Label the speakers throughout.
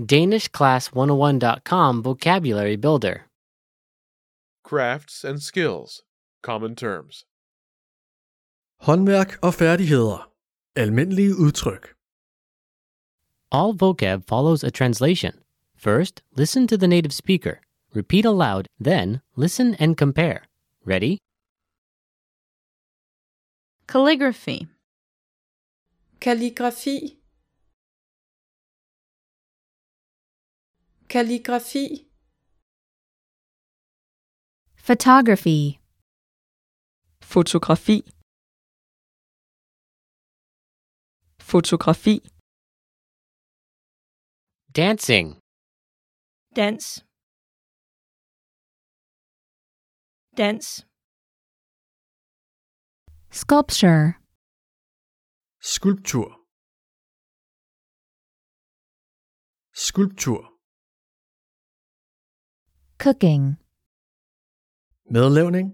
Speaker 1: DanishClass101.com Vocabulary Builder.
Speaker 2: Crafts and skills. Common terms.
Speaker 3: Håndværk og færdigheder. Almindelige udtryk.
Speaker 1: All vocab follows a translation. First, listen to the native speaker. Repeat aloud, then, listen and compare. Ready?
Speaker 4: Calligraphy.
Speaker 5: Kalligrafi. Kalligrafi.
Speaker 6: Photography.
Speaker 7: fotografi fotografi
Speaker 1: Dancing.
Speaker 4: Dance. Dance.
Speaker 6: Sculpture.
Speaker 3: Skulptur. Skulptur.
Speaker 6: Cooking.
Speaker 3: Medlavning.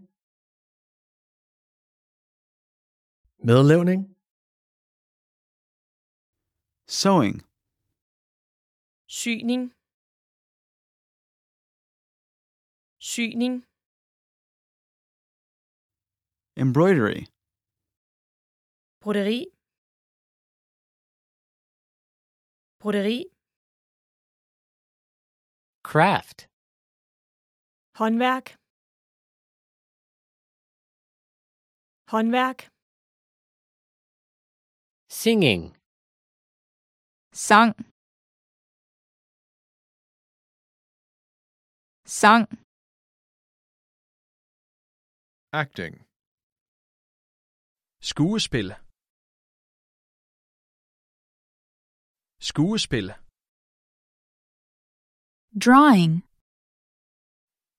Speaker 3: Medlavning.
Speaker 8: sewing,
Speaker 4: Syning. Syning.
Speaker 8: embroidery,
Speaker 4: Broderi. Broderi.
Speaker 1: Craft.
Speaker 4: Håndværk. Håndværk.
Speaker 1: Singing.
Speaker 7: sang sang
Speaker 2: Acting.
Speaker 9: Skuespil. Skuespil.
Speaker 6: Drawing.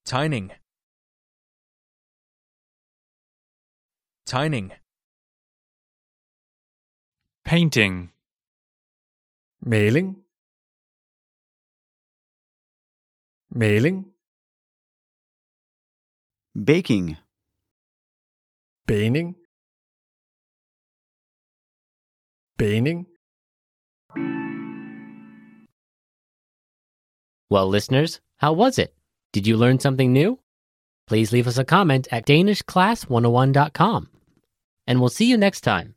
Speaker 9: Tegning. Tegning.
Speaker 10: painting,
Speaker 3: Maling. Maling.
Speaker 8: baking,
Speaker 3: Baning. Baning.
Speaker 1: Well, listeners, how was it? Did you learn something new? oh Please leave us a comment at DanishClass101.com. And we'll see you next time.